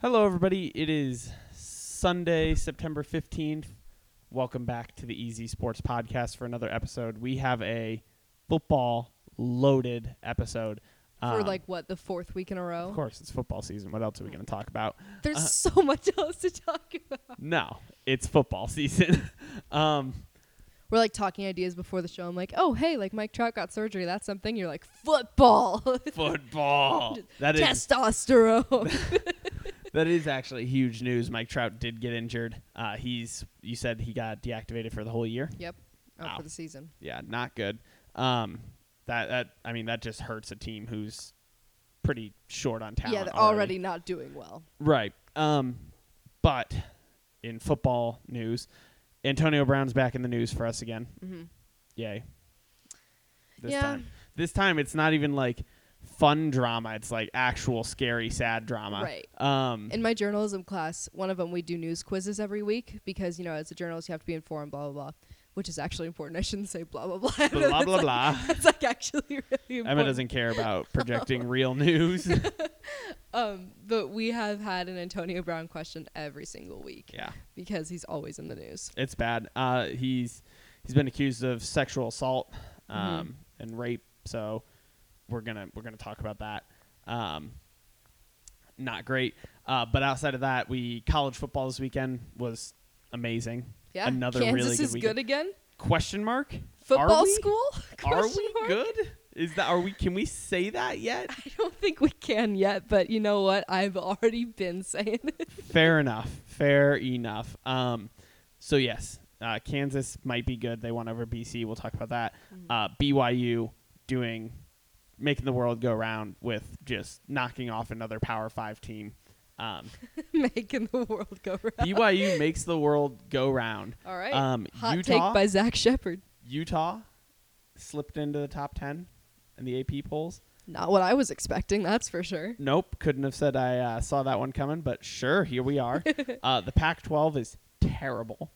Hello, everybody. It is Sunday, September 15th. Welcome back to the Easy Sports Podcast for another episode. We have a football loaded episode. for Um, like what the fourth week in a of row. course, it's football season. What else are we going to talk about? There's uh, so much else to talk about. No, it's football season. um, We're like talking ideas before the show. I'm like, oh hey, like Mike Trout got surgery. That's something. You're like football, football. That is testosterone. that is actually huge news. Mike Trout did get injured. Uh, he's you said he got deactivated for the whole year. yep, out Ow. for the season. yeah, not good. Um, that that I mean that just hurts a team who's pretty short on talent. yeah, they're already not doing well. Right. Um, but in football news, Antonio Brown's back in the news for us again. hmm Yay. This Yeah. time, this time it's not even like fun drama. It's like actual scary, sad drama. Right. Um. In my journalism class, one of them we do news quizzes every week because you know as a journalist you have to be informed. Blah blah blah. Which is actually important. I shouldn't say blah blah blah. I know blah that's blah like- blah. That's like actually really important. Emma doesn't care about projecting real news. Um, but we have had an Antonio Brown question every single week. yeah. because he's always in the news. It's bad. Uh, he's he's been accused of sexual assault um, Mhm. and rape. So we're gonna we're gonna talk about that. Um, not great. Uh, but outside of that, we college football this weekend was amazing. Yeah, Another Kansas really good is weekend. good again. Question mark? Football we? school? Are Question we mark? good? Is that are we? Can we say that yet? I don't think we can yet, but you know what? I've already been saying it. Fair enough. Fair enough. Um, so yes, uh, Kansas might be good. They won over BC. We'll talk about that. Uh, BYU doing making the world go round with just knocking off another Power Five team. Um, making the world go round. BYU makes the world go round. All right. Um, Hot Utah, take by Zach Shepard. Utah slipped into the top ten in the AP polls. Not what I was expecting, that's for sure. Nope, couldn't have said I uh, saw that one coming, but sure, here we are. uh, the Pac 12 is terrible.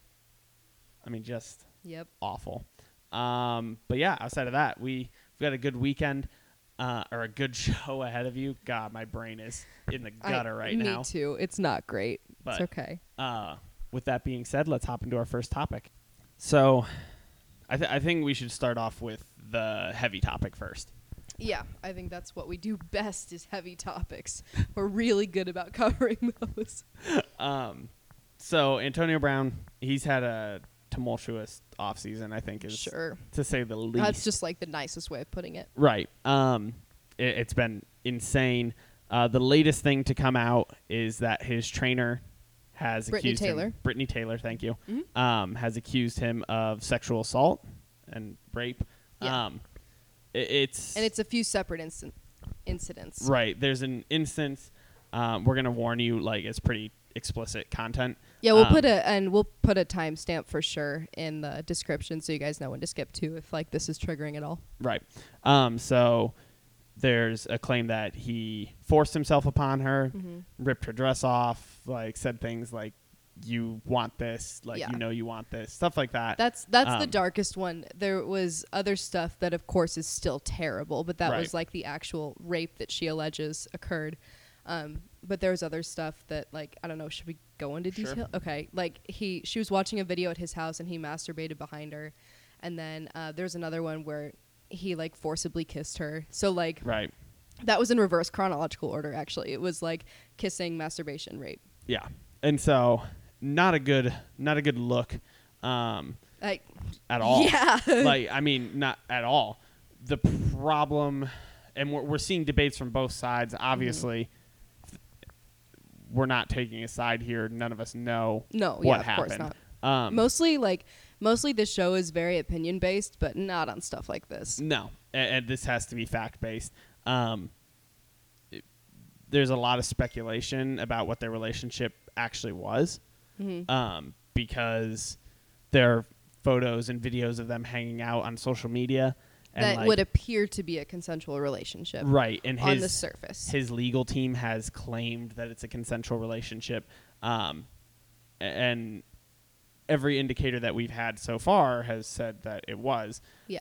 I mean, just Yep. awful. Um, but yeah, outside of that, we we got a good weekend uh, or a good show ahead of you. God, my brain is in the I- gutter right me now. too. It's not great. But it's okay. uh, with that being said, let's hop into our first topic. So, I, th- I think we should start off with the heavy topic first. Yeah, I think that's what we do best is heavy topics. We're really good about covering those. Um, so Antonio Brown, he's had a tumultuous offseason, I think is Sure. to say the least. That's just like the nicest way of putting it. right. Um, it, it's been insane. Uh, the latest thing to come out is that his trainer has Brittany accused him, Taylor. Mm-hmm. Brittany Taylor, thank you, um, has accused him of sexual assault and rape. Yeah. Um, i- it's and it's a few separate instant incidents. right. There's an instance. Um, we're gonna warn you, like it's pretty explicit content. Yeah, we'll Um, put a and we'll put a timestamp for sure in the description so you guys know when to skip to if like this is triggering at all. Right. Um, so there's a claim that he forced himself upon her, Mm-hmm. ripped her dress off, like said things like "you want this," like Yeah. "you know you want this," stuff like that. That's that's the Um, darkest one. There was other stuff that of course is still terrible, but that Right. was like the actual rape that she alleges occurred. Um, but there was other stuff that like I don't know, should we go into Sure. detail? Okay. Like he she was watching a video at his house and he masturbated behind her. And then uh, there's another one where he like forcibly kissed her. So like right. That was in reverse chronological order, actually. It was like kissing, masturbation, rape. Yeah. And so not a good not a good look um, Like, at all. Yeah. like I mean, not at all. The problem, and we're, we're seeing debates from both sides. Mm-hmm. Obviously, we're not taking a side here. None of us know No, what yeah, of happened. course Um, mostly, like, mostly this show is very opinion based, but not on stuff like this. no, a- and, this has to be fact based. Um, it- there's a lot of speculation about what their relationship actually was, Mm-hmm. um, because there are photos and videos of them hanging out on social media. And that like, would appear to be a consensual relationship right, and on his the surface. his legal team has claimed that it's a consensual relationship um, a- and every indicator that we've had so far has said that it was yeah.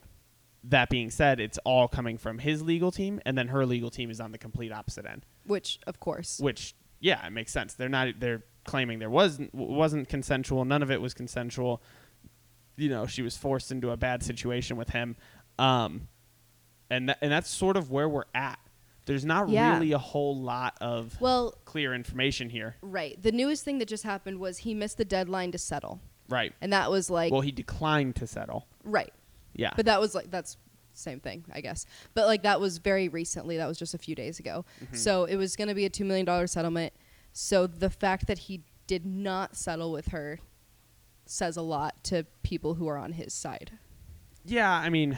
that being said it's all coming from his legal team and then her legal team is on the complete opposite end Which, of course. which yeah, it makes sense. They're not. They're claiming there wasn't wasn't consensual. None of it was consensual. You know, she was forced into a bad situation with him, um, and tha- and that's sort of where we're at. There's not Yeah. really a whole lot of Well, clear information here, right. The newest thing that just happened was he missed the deadline to settle. right? And that was like Well, he declined to settle. right. Yeah, But that was like that's same thing, I guess. But like that was very recently. That was just a few days ago. Mm-hmm. So it was going to be a two million dollar settlement. So the fact that he did not settle with her says a lot to people who are on his side. Yeah, I mean,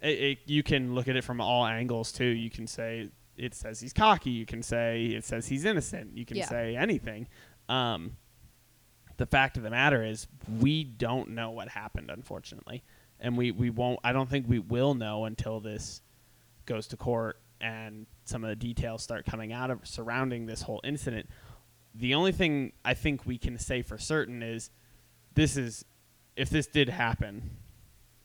it, it, you can look at it from all angles too. You can say it says he's cocky. You can say it says he's innocent. You can Yeah. say anything. Um, the fact of the matter is, we don't know what happened, unfortunately, and we we won't. I don't think we will know until this goes to court and some of the details start coming out of surrounding this whole incident. The only thing I think we can say for certain is this is if this did happen,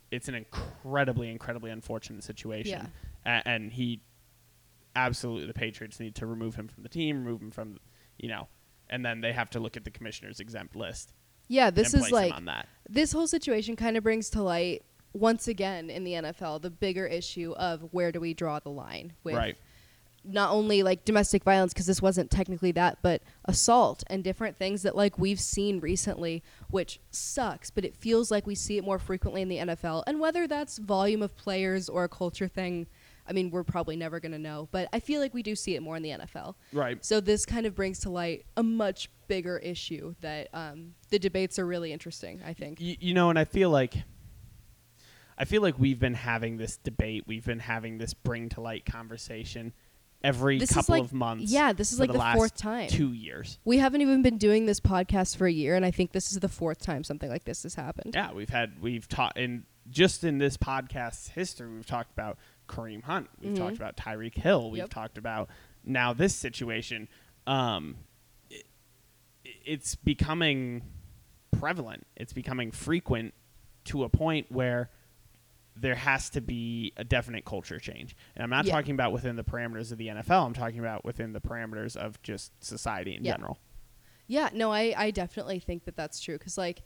it's an incredibly, incredibly unfortunate situation. A- and he absolutely the Patriots need to remove him from the team, remove him from you know, and then they have to look at the commissioner's exempt list. Yeah, this and is place like him on that. this whole situation kind of brings to light once again in the NFL the bigger issue of where do we draw the line with Right. not only like domestic violence because this wasn't technically that but assault and different things that like we've seen recently which sucks but it feels like we see it more frequently in the NFL and whether that's volume of players or a culture thing I mean we're probably never going to know but I feel like we do see it more in the NFL Right. so this kind of brings to light a much bigger issue that um, the debates are really interesting I think Y- you know, and I feel like I feel like we've been having this debate, we've been having this bring to light conversation every This is couple like- of months. yeah, this is for like the last fourth time. Two years. We haven't even been doing this podcast for a year, and I think this is the fourth time something like this has happened. Yeah, we've had we've taught in just in this podcast's history, we've talked about Kareem Hunt, we've talked about Tyreek Hill, we've Mm-hmm. Yep. talked about now this situation. Um, it, it's becoming prevalent. It's becoming frequent to a point where there has to be a definite culture change. And I'm not Yeah. talking about within the parameters of the NFL. I'm talking about within the parameters of just society in Yeah. general. Yeah, no, I, I definitely think that that's true. Because, like,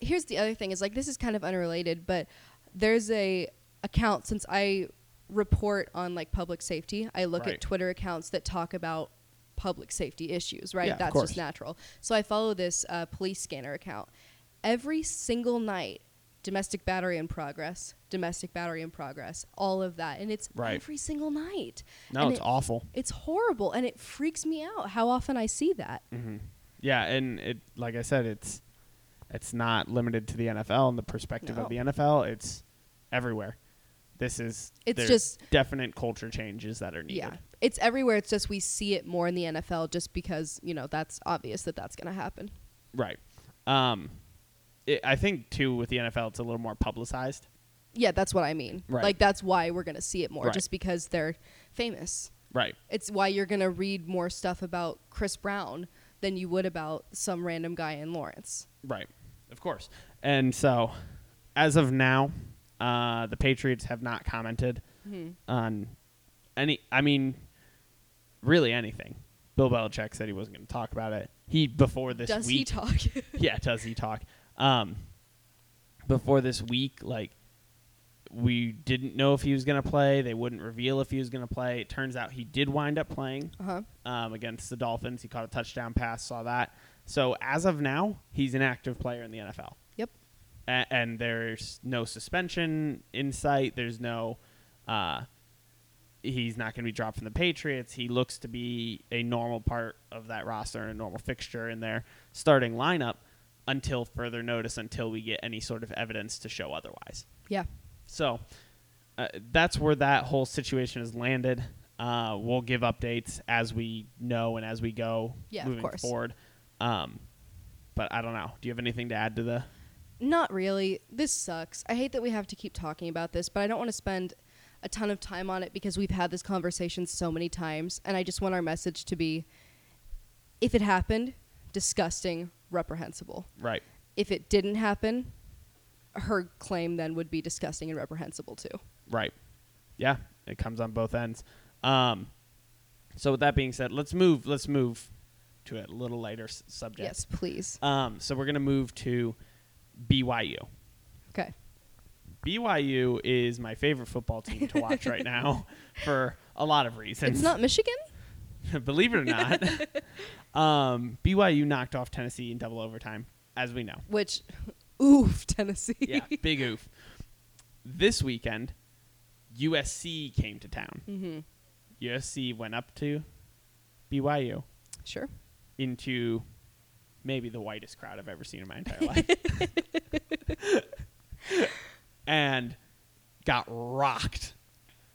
here's the other thing is, like, this is kind of unrelated, but there's a account since I report on, like, public safety, I look Right. at Twitter accounts that talk about public safety issues, right? Yeah, of that's course. just natural. So I follow this uh, police scanner account. Every single night, domestic battery in progress, domestic battery in progress, all of that. And it's Right. every single night. No, And it's it- awful. It's horrible and it freaks me out how often I see that. Yeah, and it like I said, it's it's not limited to the NFL and the perspective No. of the NFL. It's everywhere. This is It's there's just- definite culture changes that are needed. Yeah. It's everywhere. It's just we see it more in the NFL just because, you know, that's obvious that that's going to happen. Right. Um, it, I think too with the NFL, it's a little more publicized. Yeah, that's what I mean. Right. Like, that's why we're going to see it more, Right. just because they're famous. Right. It's why you're going to read more stuff about Chris Brown than you would about some random guy in Lawrence. Right. Of course. And so, as of now, uh, the Patriots have not commented Mm-hmm. on any. I mean, really anything. Bill Belichick said he wasn't going to talk about it. He before this Does week. he talk? yeah, does he talk? Um, before this week, like we didn't know if he was going to play. They wouldn't reveal if he was going to play. It turns out he did wind up playing uh-huh. um, against the Dolphins. He caught a touchdown pass. Saw that. So as of now, he's an active player in the NFL, Yep. A- and there's no suspension in sight. There's no. Uh, he's not going to be dropped from the Patriots. He looks to be a normal part of that roster and a normal fixture in their starting lineup until further notice, until we get any sort of evidence to show otherwise. Yeah. So uh, that's where that whole situation has landed. Uh, we'll give updates as we know and as we go Yeah, of moving course. forward. Um, but I don't know. Do you have anything to add to the? Not really. This sucks. I hate that we have to keep talking about this, but I don't want to spend a ton of time on it because we've had this conversation so many times, and I just want our message to be if it happened, disgusting, reprehensible. Right. If it didn't happen, her claim then would be disgusting and reprehensible too. Right. Yeah, it comes on both ends. Um, so with that being said, let's move. Let's move to a little later s- subject. Yes, please. Um, so we're going to move to BYU. Okay. BYU is my favorite football team to watch right now for a lot of reasons. It's not Michigan? Believe it or not, um, BYU knocked off Tennessee in double overtime, as we know. Which, oof, Tennessee. Yeah, big oof. This weekend, USC came to town. mm-hmm. USC went up to BYU Sure. into maybe the whitest crowd I've ever seen in my entire life. and got rocked.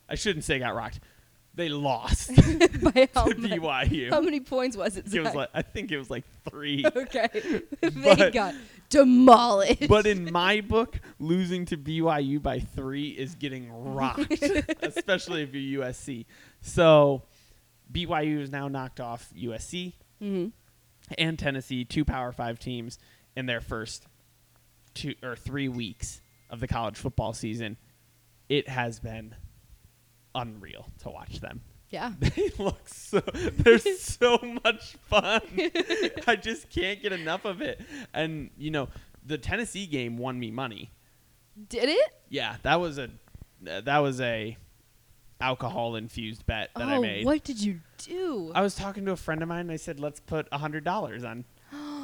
I shouldn't say got rocked. They lost to By how, many, how BYU. many points was it? It was Zach? like I think it was like Oh three. okay. they But- got demolished. But in my book, losing to BYU by three is getting rocked, especially if you're USC. So BYU is now knocked off USC hmm and Tennessee, two Power Five teams, in their first two or three weeks of the college football season. It has been unreal to watch them. Yeah. They look so they're so much fun. I just can't get enough of it. And you know, the Tennessee game won me money. Did it? Yeah, that was a that was a alcohol infused bet that I oh, made. what did you do? I was talking to a friend of mine and I said, let's put hundred dollars on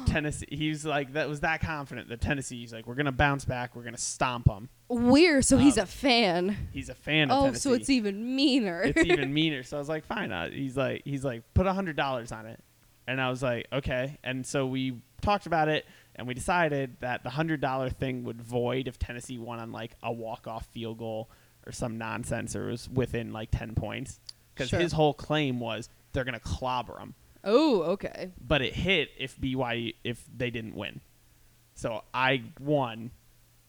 Tennessee. He was like, that was that confident that Tennessee. He's like, we're gonna bounce back. We're gonna stomp them. Weird. So he's Um, a fan. He's a fan of Oh, Tennessee. so it's even meaner. it's even meaner. So I was like, fine. Uh, he's like, he's like, put a hundred dollars on it, and I was like, okay. And so we talked about it, and we decided that the hundred dollar thing would void if Tennessee won on like a walk off field goal or some nonsense, or was within like ten points, because Sure. his whole claim was they're gonna clobber them, oh, okay. but it hit if BYU if they didn't win. So I won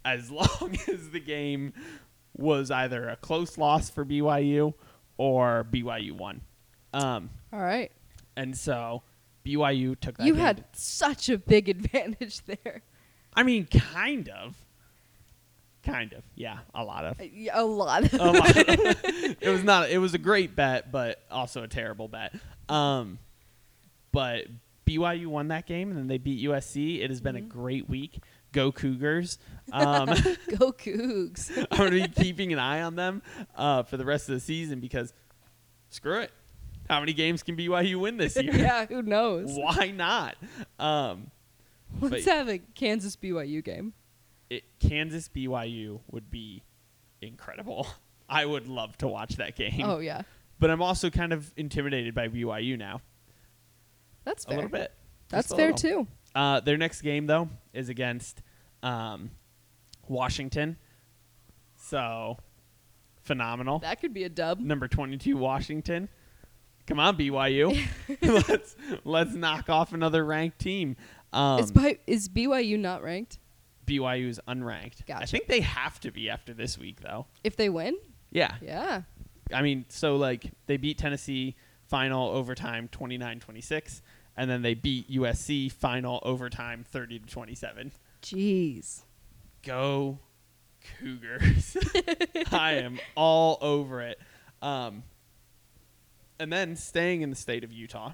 as long as the game was either a close loss for BYU or BYU won. Um, All right. and so BYU took that. You game. had such a big advantage there. I mean, kind of. Kind of. Yeah, a lot of. Uh, yeah, A lot. A lot of- Um, it was not it was a great bet, but also a terrible bet. Um, but BYU won that game and then they beat USC. It has been Mm-hmm. a great week. Go Cougars. Um, Go Cougs. I'm going to be keeping an eye on them uh, for the rest of the season because screw it. How many games can BYU win this year? yeah, who knows? Why not? Um, Let's but- have a Kansas BYU game. it, Kansas BYU would be incredible. I would love to watch that game. Oh yeah, But I'm also kind of intimidated by BYU now. that's A fair. little bit. That's Just a fair little. too. Uh, their next game though is against um, Washington, so phenomenal. That could be a dub. Number twenty-two, Washington. Come on, BYU. let's let's knock off another ranked team. Um, is, by, is BYU not ranked? BYU is unranked. I Gotcha. think they have to be after this week though. If they win, Yeah. yeah, I mean, so like they beat Tennessee final overtime 29-26 and then they beat USC final overtime 30 to 27. jeez, Go Cougars. I am all over it. Um and then staying in the state of Utah,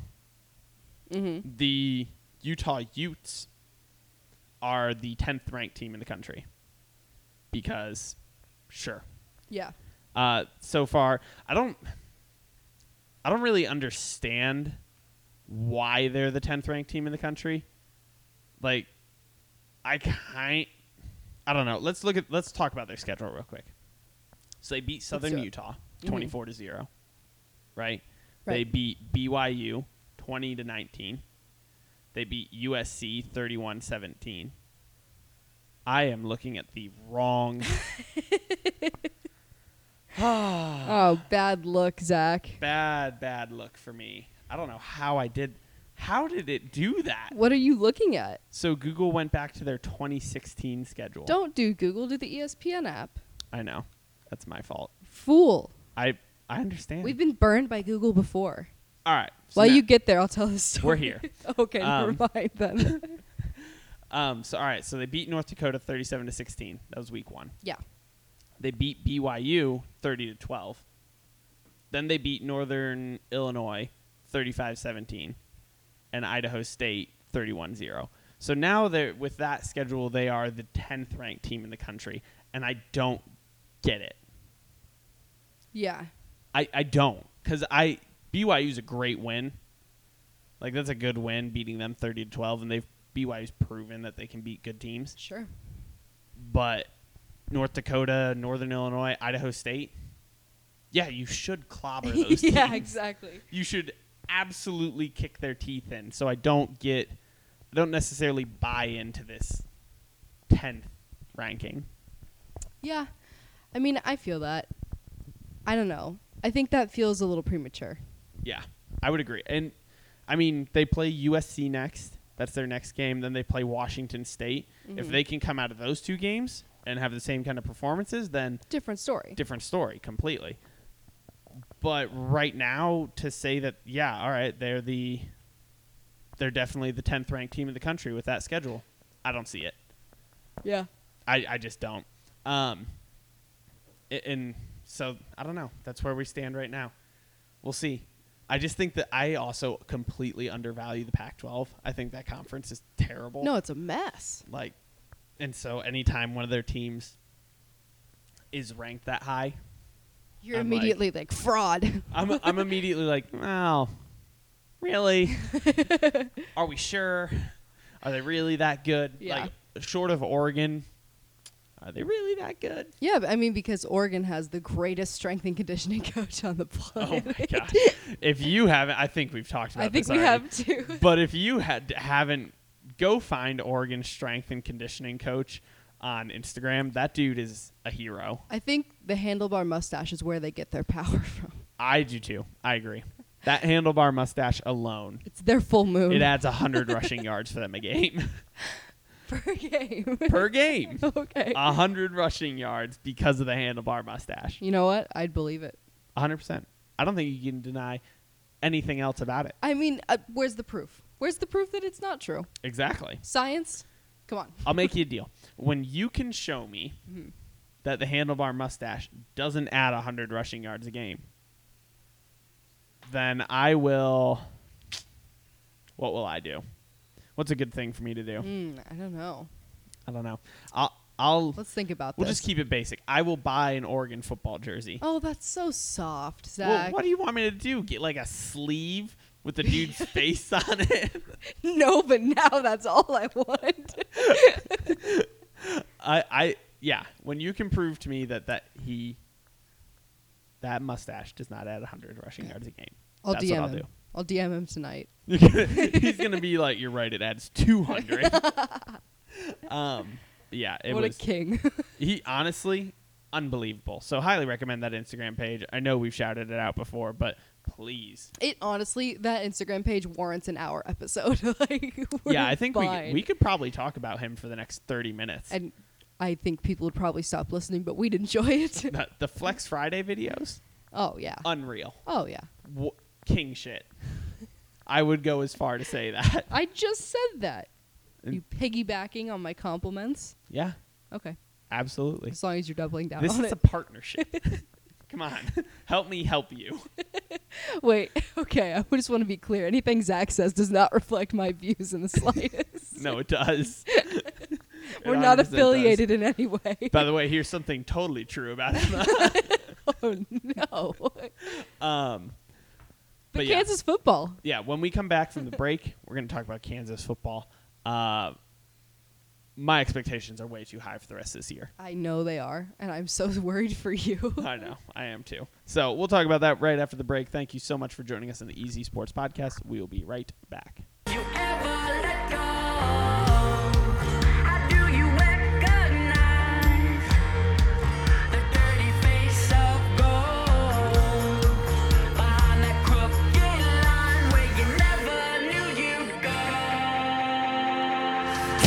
hmm the Utah Utes are the 10th ranked team in the country. Because sure, yeah, uh, so far. I don't I don't really understand why they're the tenth ranked team in the country. Like I kind I don't know. Let's look at let's talk about their schedule real quick. So they beat Southern do it. Mm-hmm. Utah twenty four to zero. Right? They Right. beat BYU twenty to nineteen. They beat USC 31 17. I am looking at the wrong oh, bad look, Zach. bad bad look for me i don't know how i did how did it do that What are you looking at? so google went back to their 2016 schedule Don't do Google. Do the E ESPN app. i know that's my fault Fool. i i understand We've been burned by Google before. all right so While now- you get there, I'll tell the story. we're here okay, Um, never mind then. um so all right so they beat north dakota 37 to 16 that was week one yeah. they beat byu 30 to 12 then they beat northern illinois 35 17 and Idaho State 31-0. So now they with that schedule they are the 10th ranked team in the country and I don't get it. Yeah. I I don't cuz I BYU's a great win. Like that's a good win beating them 30 to 12 and they've BYU's proven that they can beat good teams. Sure. But North Dakota, Northern Illinois, Idaho State, yeah, you should clobber those yeah, teams. exactly. You should absolutely kick their teeth in. So I don't get, I don't necessarily buy into this 10th ranking. Yeah. I mean, I feel that. I don't know. I think that feels a little premature. Yeah, I would agree. And I mean, they play USC next. That's their next game. Then they play Washington State. Mm-hmm. If they can come out of those two games and have the same kind of performances, then Different story. different story completely. But right now, to say that, yeah, all right, they're the, they're definitely the tenth ranked team in the country with that schedule. I don't see it. yeah. I, I just don't. Um, a- and so I don't know. That's where we stand right now. We'll see. I just think that I also completely undervalue the Pac-12. I think that conference is terrible. No, it's a mess. Like, and so anytime one of their teams is ranked that high, You're I'm like- immediately like, fraud. I'm I'm immediately like, wow, really? Are we sure? Are they really that good? Yeah. Like, short of Oregon, are they really that good? yeah, but I mean, because Oregon has the greatest strength and conditioning coach on the Oh planet. my gosh! If you haven't, I think we've talked about. I think this already. we have too. But if you had haven't, go find Oregon strength and conditioning coach on Instagram. That dude is a hero. I think the handlebar mustache is where they get their power from. I do too. I agree. That handlebar mustache alone, It's their full moon it adds hundred rushing yards for them a game per game. per Uh, game. okay. A hundred rushing yards because of the handlebar mustache. you know what? I'd believe it. hundred percent. I don't think you can deny anything else about it. I mean, uh, where's the proof? Where's the proof that it's not true? Exactly. Science? Come on. I'll make you a deal. When you can show me Mm-hmm. that the handlebar mustache doesn't add 100 rushing yards a game, then I will. What will I do? What's a good thing for me to do? Mm, I don't know. I don't know. I'll. I'll Let's think about we'll this. just keep it basic. I will buy an Oregon football jersey. oh, that's so soft, Well, Zach. what do you want me to do? Get like a sleeve with the dude's face on it? no, but now that's all I want. I, I, yeah. When you can prove to me that that he, that mustache does not add 100 rushing yards a game, I'll that's DM what I'll him. do. I'll DM him tonight. You're gonna- He's gonna be like, "You're right. It adds 200." um, yeah. It what was. a king. he honestly unbelievable. So highly recommend that Instagram page. I know we've shouted it out before, but please, it honestly, that Instagram page warrants an hour episode. like, we're yeah. I think fine. we we could probably talk about him for the next 30 minutes. and I think people would probably stop listening, but we'd enjoy it. the, the Flex Friday videos, oh yeah. unreal. Oh yeah. w- king shit. I would go as far to say that. I just said that. And- you piggybacking on my compliments? Yeah, Okay. absolutely. As long as you're doubling down This on is it. a partnership. Come on, help me help you. Wait, okay. I just want to be clear. Anything Zach says does not reflect my views in the slightest. No, it does. It We're 100% not does. affiliated in any way. By the way, here's something totally true about him. oh no. But, um, but yeah. Kansas football. yeah, when we come back from the break, we're going to talk about Kansas football. Uh, my expectations are way too high for the rest of this year. I know they are, and I'm so worried for you. I know. I am too. So we'll talk about that right after the break. Thank you so much for joining us on the Easy Sports Podcast. We will be right back. You ever let go? How do you recognize the dirty face of gold behind that crooked line where you never knew you'd go?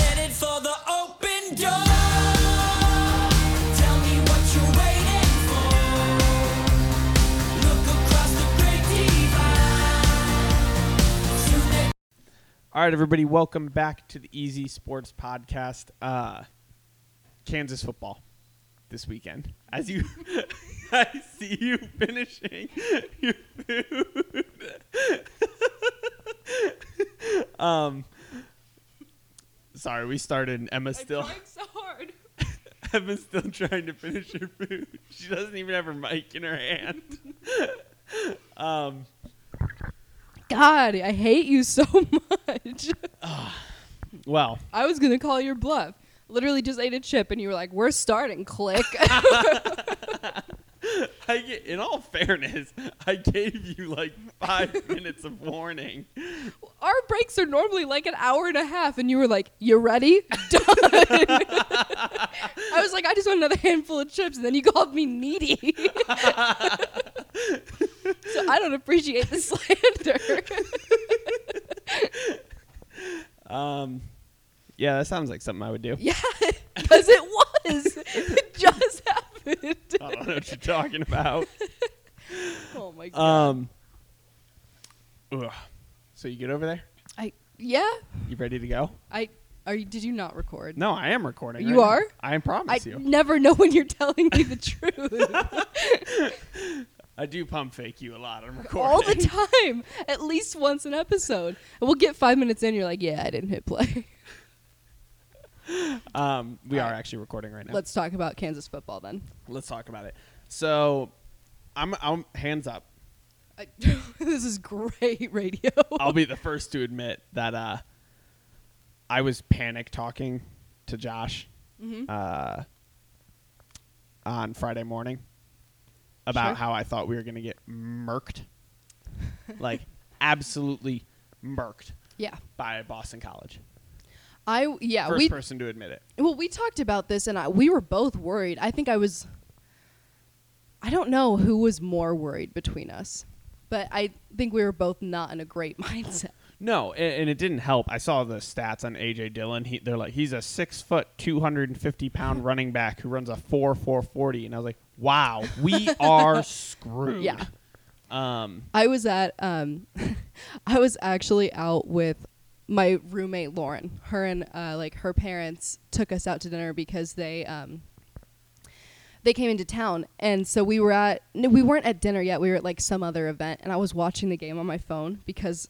Headed for the open door. Tell me what you're waiting for. Look across the great divide. All right, everybody, welcome back to the Easy Sports Podcast. Uh, Kansas football this weekend. As you, I see you finishing your food. Um, sorry, we started. and Emma's still I'm trying so hard. Emma's still trying to finish her food. She doesn't even have her mic in her hand. um, God, I hate you so much. well, I was gonna call your bluff. Literally just ate a chip, and you were like, "We're starting." Click. I get, in all fairness, I gave you like five minutes of warning. Our breaks are normally like an hour and a half, and you were like, "You ready?" Done. I was like, "I just want another handful of chips," and then you called me needy. so I don't appreciate the slander. Um, yeah, that sounds like something I would do. yeah, because it was. It just happened. I don't know what you're talking about. Oh my god. Um, ugh. So you get over there? I yeah. You ready to go? I are you, did you not record? No, I am recording. You right now. are? I I promise you. never know when you're telling me the truth. I do pump fake you a lot. I'm recording. All the time. At least once an episode. And we'll get five minutes in, you're like, yeah, I didn't hit play. Um, we are actually recording right now. Let's talk about Kansas football then. Let's talk about it. So, I'm I'm hands up. I, this is great radio. I'll be the first to admit that uh, I was panic talking to Josh Mm-hmm. uh, on Friday morning about Sure. how I thought we were going to get murked, like absolutely murked yeah. by Boston College. I yeah, First Uh, we person to admit it. Well, we talked about this, and I, we were both worried. I think I was. I don't know who was more worried between us, but I think we were both not in a great mindset. No, a- and, it didn't help. I saw the stats on AJ Dillon. He, they're like he's a six foot, two hundred and fifty pound running back who runs a four four forty, and I was like, wow, we are screwed. Yeah. Um. I was at um, I was actually out with my roommate Lauren. Her and uh, like her parents took us out to dinner because they um, they came into town, and so we were at no, we weren't at dinner yet. We were at like some other event, and I was watching the game on my phone because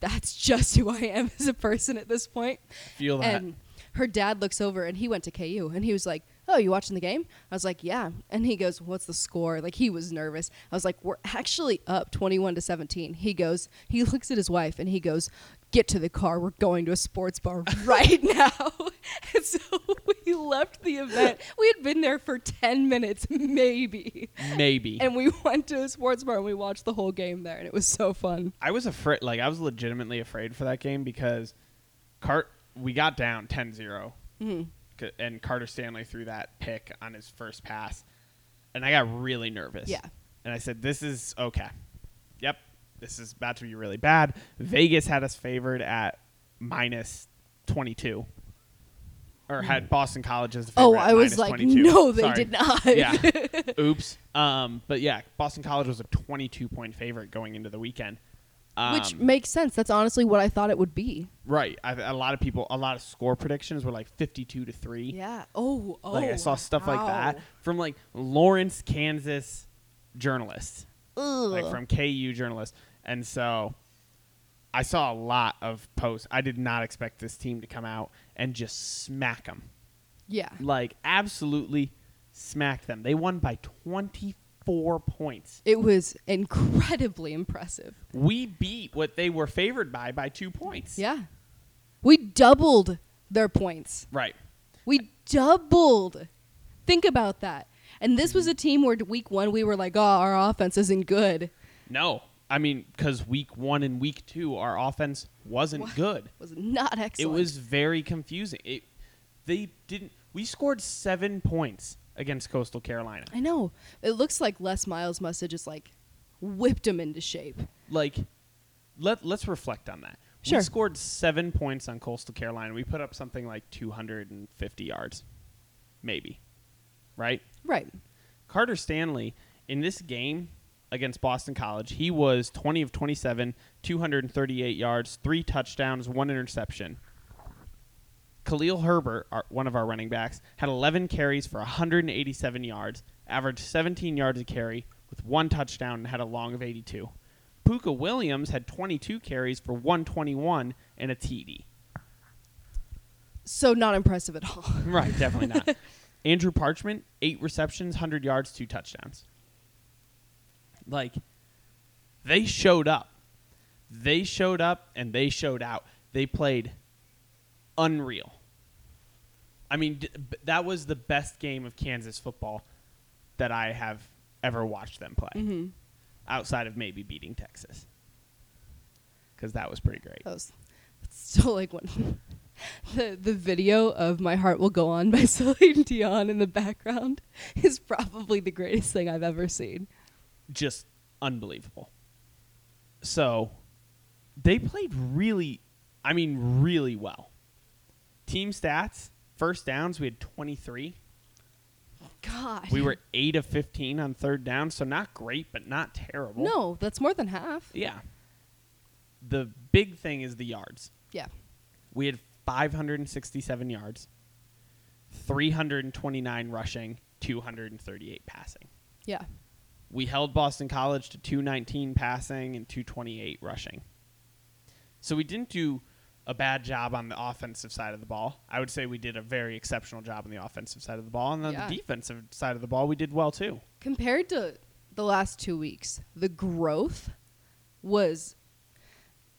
that's just who I am as a person at this point. Feel that. And her dad looks over and he went to KU and he was like, "Oh, you watching the game?" I was like, "Yeah." And he goes, "What's the score?" Like he was nervous. I was like, "We're actually up 21 to 17." He goes, he looks at his wife and he goes, "Get to the car. We're going to a sports bar right now." and so we left the event. We had been there for 10 minutes maybe. Maybe. And we went to a sports bar and we watched the whole game there and it was so fun. I was afraid like I was legitimately afraid for that game because Cart we got down 10-0. Mm-hmm. C- And Carter Stanley threw that pick on his first pass. And I got really nervous. Yeah. And I said this is okay. Yep. This is about to be really bad. Vegas had us favored at minus 22. Or had Boston College as the favorite Mm. Oh, at I was minus like, 22. "No, they Sorry. did not." Yeah. Oops. Um, but yeah, Boston College was a 22 point favorite going into the weekend. Um, Which makes sense. That's honestly what I thought it would be. right. I, a lot of people, a lot of score predictions were like 52 to 3. Yeah. Oh, oh. Like I saw stuff like that from like Lawrence, Kansas journalists, like from KU journalists. And so I saw a lot of posts. I did not expect this team to come out and just smack them. Yeah. Like, absolutely smack them. They won by 24 points. It was incredibly impressive. we beat what they were favored by by two points. Yeah. We doubled their points. Right. We doubled. Think about that. And this was a team where week one we were like, oh, our offense isn't good. No, I mean, because week one and week two, our offense wasn't good. It was not It excellent. was very confusing. It, they didn't. We scored seven points against Coastal Carolina. I know. It looks like Les Miles must have just like whipped him into shape. Like, let let's reflect on that. Sure. We scored seven points on Coastal Carolina. We put up something like 250 yards, maybe. Right. Right. Carter Stanley in this game against Boston College, he was 20 of 27, 238 yards, three touchdowns, one interception. Khalil Herbert, our, one of our running backs, had 11 carries for 187 yards, averaged 17 yards a carry with one touchdown and had a long of 82. Puka Williams had 22 carries for 121 and a TD. So not impressive at all. Right, definitely not. Andrew Parchment, eight receptions, 100 yards, two touchdowns. Like, they showed up. They showed up and they showed out. They played unreal. I mean, d- b- that was the best game of Kansas football that I have ever watched them play, outside of maybe beating Texas. Because that was pretty great. That was that's still like one. The, the video of My Heart Will Go On by Celine Dion in the background is probably the greatest thing I've ever seen. just unbelievable. So they played really, I mean, really well. Team stats, first downs, we had 23. God. We were 8 of 15 on third down, so not great, but not terrible. No, that's more than half. Yeah. The big thing is the yards. Yeah. We had 567 yards, 329 rushing, 238 passing. Yeah. we held Boston College to 219 passing and 228 rushing. So we didn't do a bad job on the offensive side of the ball. I would say we did a very exceptional job on the offensive side of the ball. And on Yeah. the defensive side of the ball, we did well too. Compared to the last two weeks, the growth was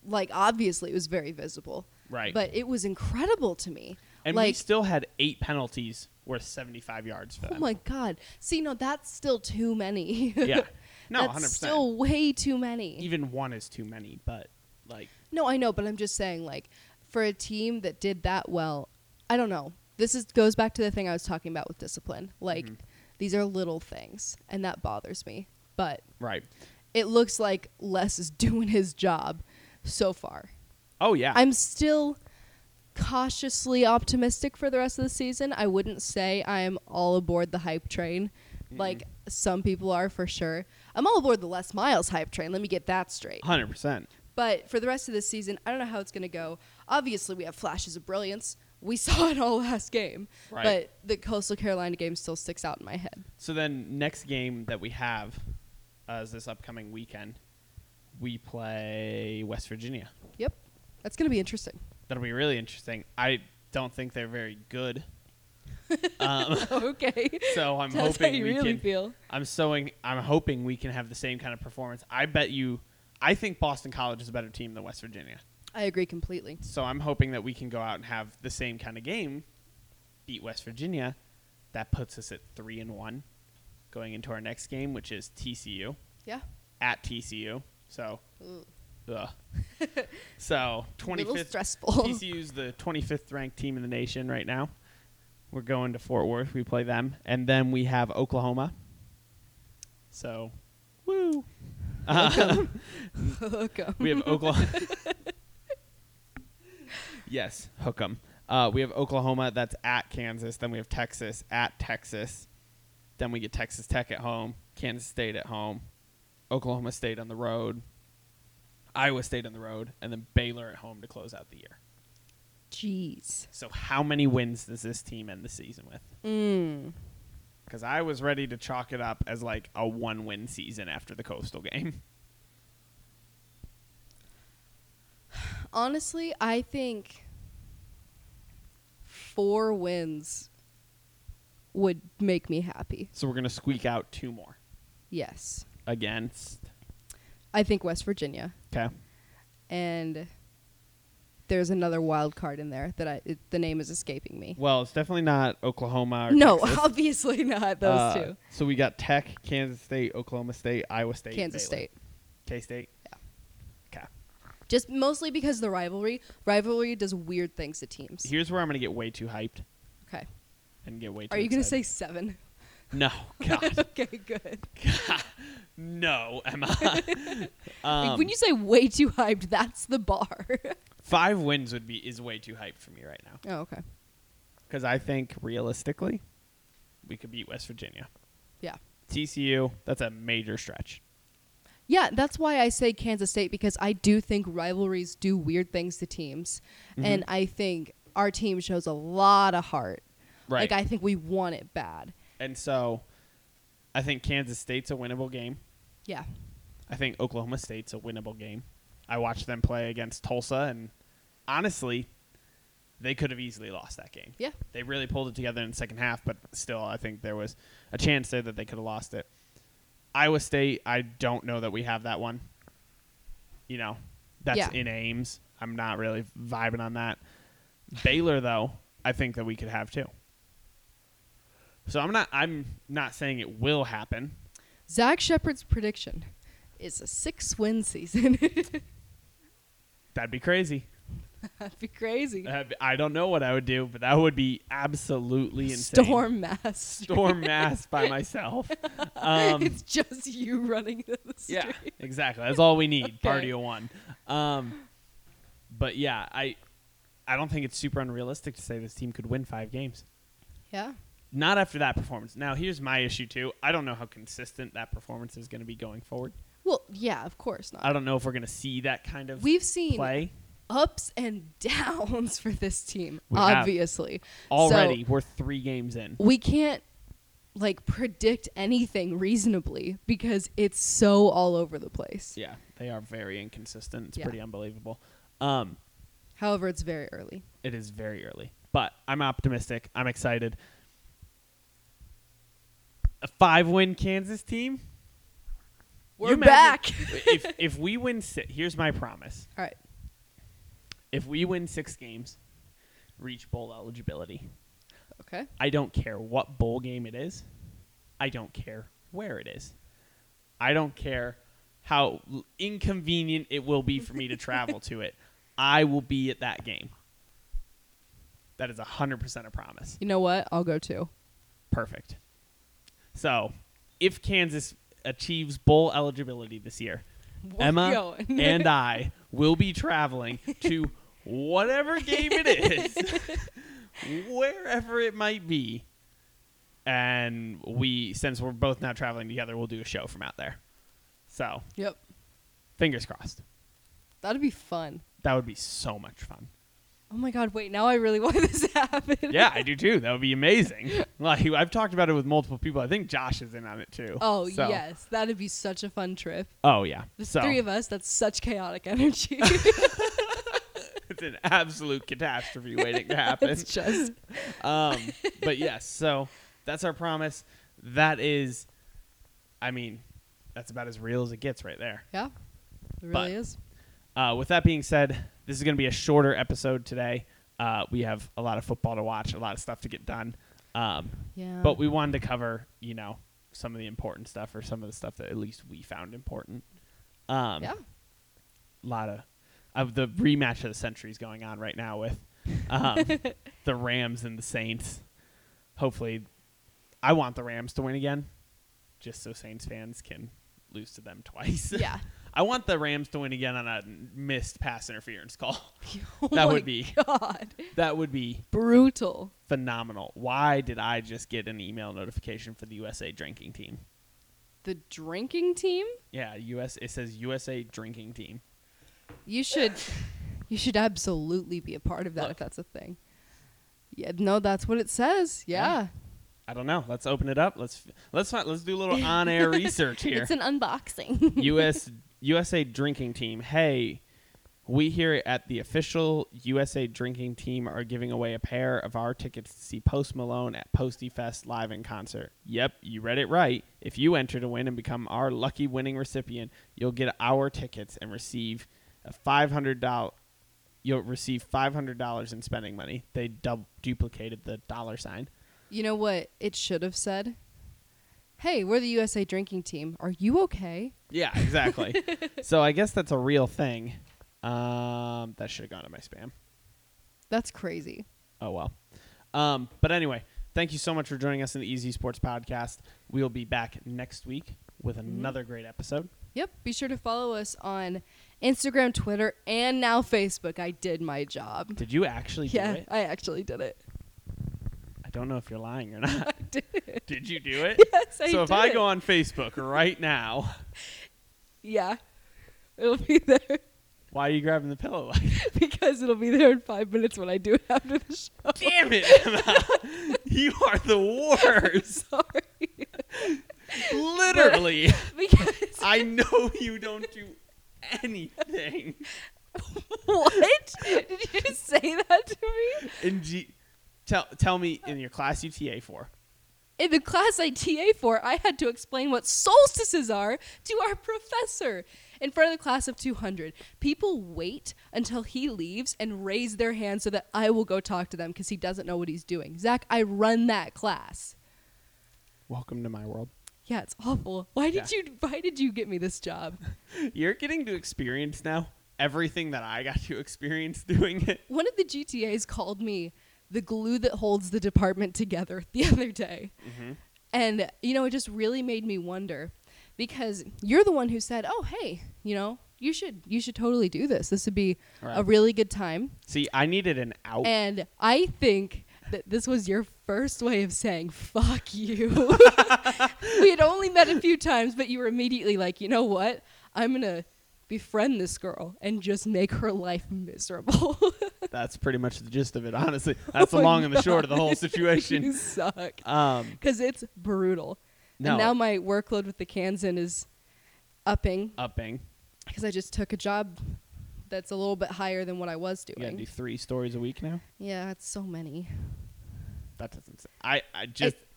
like obviously it was very visible. Right. But it was incredible to me. And we like still had eight penalties worth 75 yards for Oh them. my god. See, no, that's still too many. Yeah. No, 100%. that's still way too many. Even one is too many, but like, no, I know, but I'm just saying, like, for a team that did that well, I don't know. This is goes back to the thing I was talking about with discipline. Like, Mm-hmm. these are little things, and that bothers me. But right. it looks like Les is doing his job so far. Oh, yeah. I'm still cautiously optimistic for the rest of the season. I wouldn't say I'm all aboard the hype train like some people are for sure. I'm all aboard the Les Miles hype train. Let me get that straight. 100%. But for the rest of this season, I don't know how it's going to go. Obviously, we have flashes of brilliance. We saw it all last game. Right. But the Coastal Carolina game still sticks out in my head. So then, next game that we have uh, is this upcoming weekend. We play West Virginia. Yep. That's going to be interesting. That'll be really interesting. I don't think they're very good. Um, okay. So I'm That's hoping how you we really can, feel. I'm sowing. I'm hoping we can have the same kind of performance. I bet you. I think Boston College is a better team than West Virginia. I agree completely. So I'm hoping that we can go out and have the same kind of game, beat West Virginia. That puts us at three and one, going into our next game, which is TCU Yeah. at TCU. So, Ooh. ugh. so Little 25th stressful. TCU's the 25th ranked team in the nation right now. We're going to Fort Worth. We play them, and then we have Oklahoma. So, woo! Hook 'em. We have Oklahoma. yes, hook 'em. Uh, we have Oklahoma. That's at Kansas. Then we have Texas at Texas. Then we get Texas Tech at home, Kansas State at home, Oklahoma State on the road, Iowa State on the road, and then Baylor at home to close out the year. Jeez. So how many wins does this team end the season with? Because I was ready to chalk it up as like a one-win season after the Coastal game. Honestly, I think four wins would make me happy. So we're gonna squeak out two more Yes. against. I think West Virginia. Okay. and there's another wild card in there that I it, the name is escaping me. Well, it's definitely not Oklahoma. Or No, Texas. obviously not those Uh, two. So we got Tech, Kansas State, Oklahoma State, Iowa State, Kansas State. K State. Yeah. Okay. Just mostly because of the rivalry. Rivalry does weird things to teams. Here's where I'm gonna get way too hyped okay. and get way too. Are you going to say excited. seven? no? God, okay, good. no, Emma. Like, when you say way too hyped, that's the bar. Five wins would be is way too hyped for me right now. oh, okay. because I think realistically, we could beat West Virginia. Yeah. TCU, that's a major stretch. Yeah, that's why I say Kansas State because I do think rivalries do weird things to teams. Mm-hmm. And I think our team shows a lot of heart. Right. Like, I think we want it bad. And so I think Kansas State's a winnable game. Yeah. I think Oklahoma State's a winnable game. I watched them play against Tulsa and honestly, they could have easily lost that game. Yeah. They really pulled it together in the second half, but still, I think there was a chance there that they could have lost it. Iowa State, I don't know that we have that one. You know, that's Yeah. in Ames. I'm not really vibing on that. Baylor, though, I think that we could have too. So I'm not. I'm not saying it will happen. Zach Shepard's prediction is a six win season. That'd be crazy. That'd be crazy. Uh, I don't know what I would do, but that would be absolutely insane. Storm mass. storm mass by myself. Um, it's just you running into the street. yeah, exactly. That's all we need. Party Okay. of one. Um, but yeah, I I don't think it's super unrealistic to say this team could win five games. Yeah. Not after that performance. Now, here's my issue too. I don't know how consistent that performance is going to be going forward. Well, yeah, of course not. I don't know if we're going to see that kind of We've seen play ups and downs for this team, We have. obviously. So, already. we're three games in. we can't like predict anything reasonably because it's so all over the place. Yeah, they are very inconsistent. It's Yeah. pretty unbelievable. Um, However, it's very early. it is very early, but I'm optimistic. I'm excited. A five win Kansas team. We're You imagine- back. if if we win, si- here's my promise. All right. If we win six games, reach bowl eligibility. Okay. I don't care what bowl game it is. I don't care where it is. I don't care how l- inconvenient it will be for me to travel to it. I will be at that game. That is 100% a promise. You know what? I'll go too. Perfect. So, if Kansas achieves bowl eligibility this year, We're Emma going. and I will be traveling to whatever game it is, wherever it might be. And we, since we're both now traveling together, we'll do a show from out there. So, Yep. fingers crossed. That'd be fun. That would be so much fun. Oh my god, wait, now I really want this to happen. Yeah, I do too. That would be amazing. Like I've talked about it with multiple people. I think Josh is in on it too. Oh So- yes, that'd be such a fun trip. Oh yeah. The so three of us, that's such chaotic energy. it's an absolute catastrophe waiting to happen. it's just um, but yes, so that's our promise. That is, I mean, that's about as real as it gets right there. yeah. It But- really is. Uh, with that being said, this is going to be a shorter episode today. Uh, we have a lot of football to watch, a lot of stuff to get done. Um, Yeah. But we wanted to cover, you know, some of the important stuff or some of the stuff that at least we found important. Um, Yeah. A lot of, of the rematch of the centuries going on right now with um, the Rams and the Saints. Hopefully, I want the Rams to win again, just so Saints fans can lose to them twice. Yeah. I want the Rams to win again on a missed pass interference call. Oh That my would be- God. that would be Brutal. phenomenal. Why did I just get an email notification for the USA drinking team? The drinking team? Yeah, US. It says USA drinking team. You should you should absolutely be a part of that Look. if that's a thing. Yeah, no, that's what it says. Yeah. I don't know. Let's open it up. Let's let's find, let's do a little on-air research here. It's an unboxing. US USA drinking team. Hey, we here at the official USA drinking team are giving away a pair of our tickets to see Post Malone at Posty Fest live in concert. Yep, you read it right. If you enter to win and become our lucky winning recipient, you'll get our tickets and receive a five hundred dollar. You'll receive five hundred dollars in spending money. They dub- duplicated the dollar sign. you know what it should have said? Hey, we're the USA drinking team. Are you okay? Yeah, exactly. so I guess that's a real thing. Um, that should have gone to my spam. That's crazy. Oh well. Um, but anyway, thank you so much for joining us in the Easy Sports Podcast. We'll be back next week with Mm-hmm. another great episode. Yep. Be sure to follow us on Instagram, Twitter, and now Facebook. I did my job. Did you actually Yeah, do it? I actually did it. I don't know if you're lying or not. I did it. did you do it? Yes, I so if did I it. go on Facebook right now, Yeah. It'll be there why are you grabbing the pillow? Like, because it'll be there in five minutes when I do it after the show. damn it, Emma. you are the worst. Sorry. Literally, because I know you don't do anything. what? Did you just say that to me? In G- tell tell me in your class you TA for. In the class I TA for, I had to explain what solstices are to our professor in front of the class of 200. People wait until he leaves and raise their hand so that I will go talk to them because he doesn't know what he's doing. Zach, I run that class. Welcome to my world. Yeah, it's awful. Why did you? Why did you get me this job? You're getting to experience now everything that I got to experience doing it. One of the GTAs called me the glue that holds the department together the other day. And, you know, it just really made me wonder because you're the one who said, "Oh, hey, you know, you should you should totally do this. This would be a Right. really good time." See, I needed an out. And I think that this was your first way of saying "fuck you." we had only met a few times, but you were immediately like, "You know what? I'm going to befriend this girl and just make her life miserable." That's pretty much the gist of it, honestly. That's the Oh my long and the short of the whole God. you situation. suck. Um, because it's brutal. No. And now my workload with the Kansan is upping upping. because I just took a job that's a little bit higher than what I was You gotta doing. do three stories a week now. yeah, it's so many. That doesn't. s- I I just It-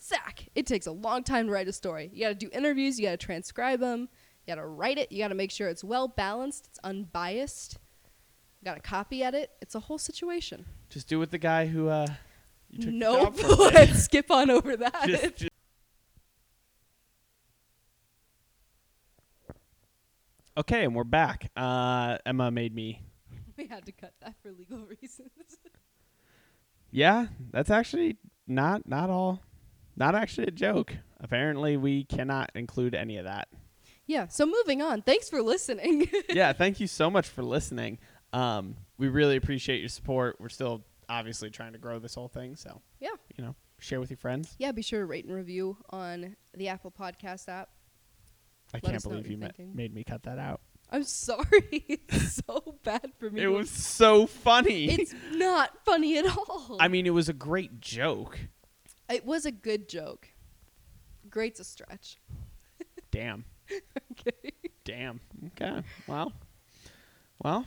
Zach, it takes a long time to write a story. You got to do interviews, you got to transcribe them, you got to write it, you got to make sure it's well balanced, it's unbiased. Got to copy edit. It's a whole situation. just do with the guy who uh. You took the Nope. job from. Let's skip on over that. Just- just- Okay, and we're back. Uh, Emma made me. we had to cut that for legal reasons. Yeah, that's actually not not all, not actually a joke. Apparently, we cannot include any of that. yeah. So moving on. Thanks for listening. yeah, thank you so much for listening. Um, we really appreciate your support. We're still obviously trying to grow this whole thing, so yeah. you know, share with your friends. Yeah, be sure to rate and review on the Apple Podcast app. I Let can't us know what believe you're you ma- thinking. made me cut that out. I'm sorry, it's so bad for me. It was so funny. It's not funny at all. I mean, it was a great joke. it was a good joke. Great's a stretch. Damn. Okay. Damn. Okay. Well. Well.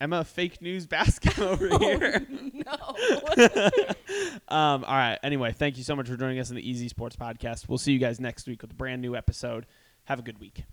Emma, fake news basket over Oh, here. No. Um, all right. Anyway, thank you so much for joining us on the Easy Sports Podcast. We'll see you guys next week with a brand new episode. Have a good week.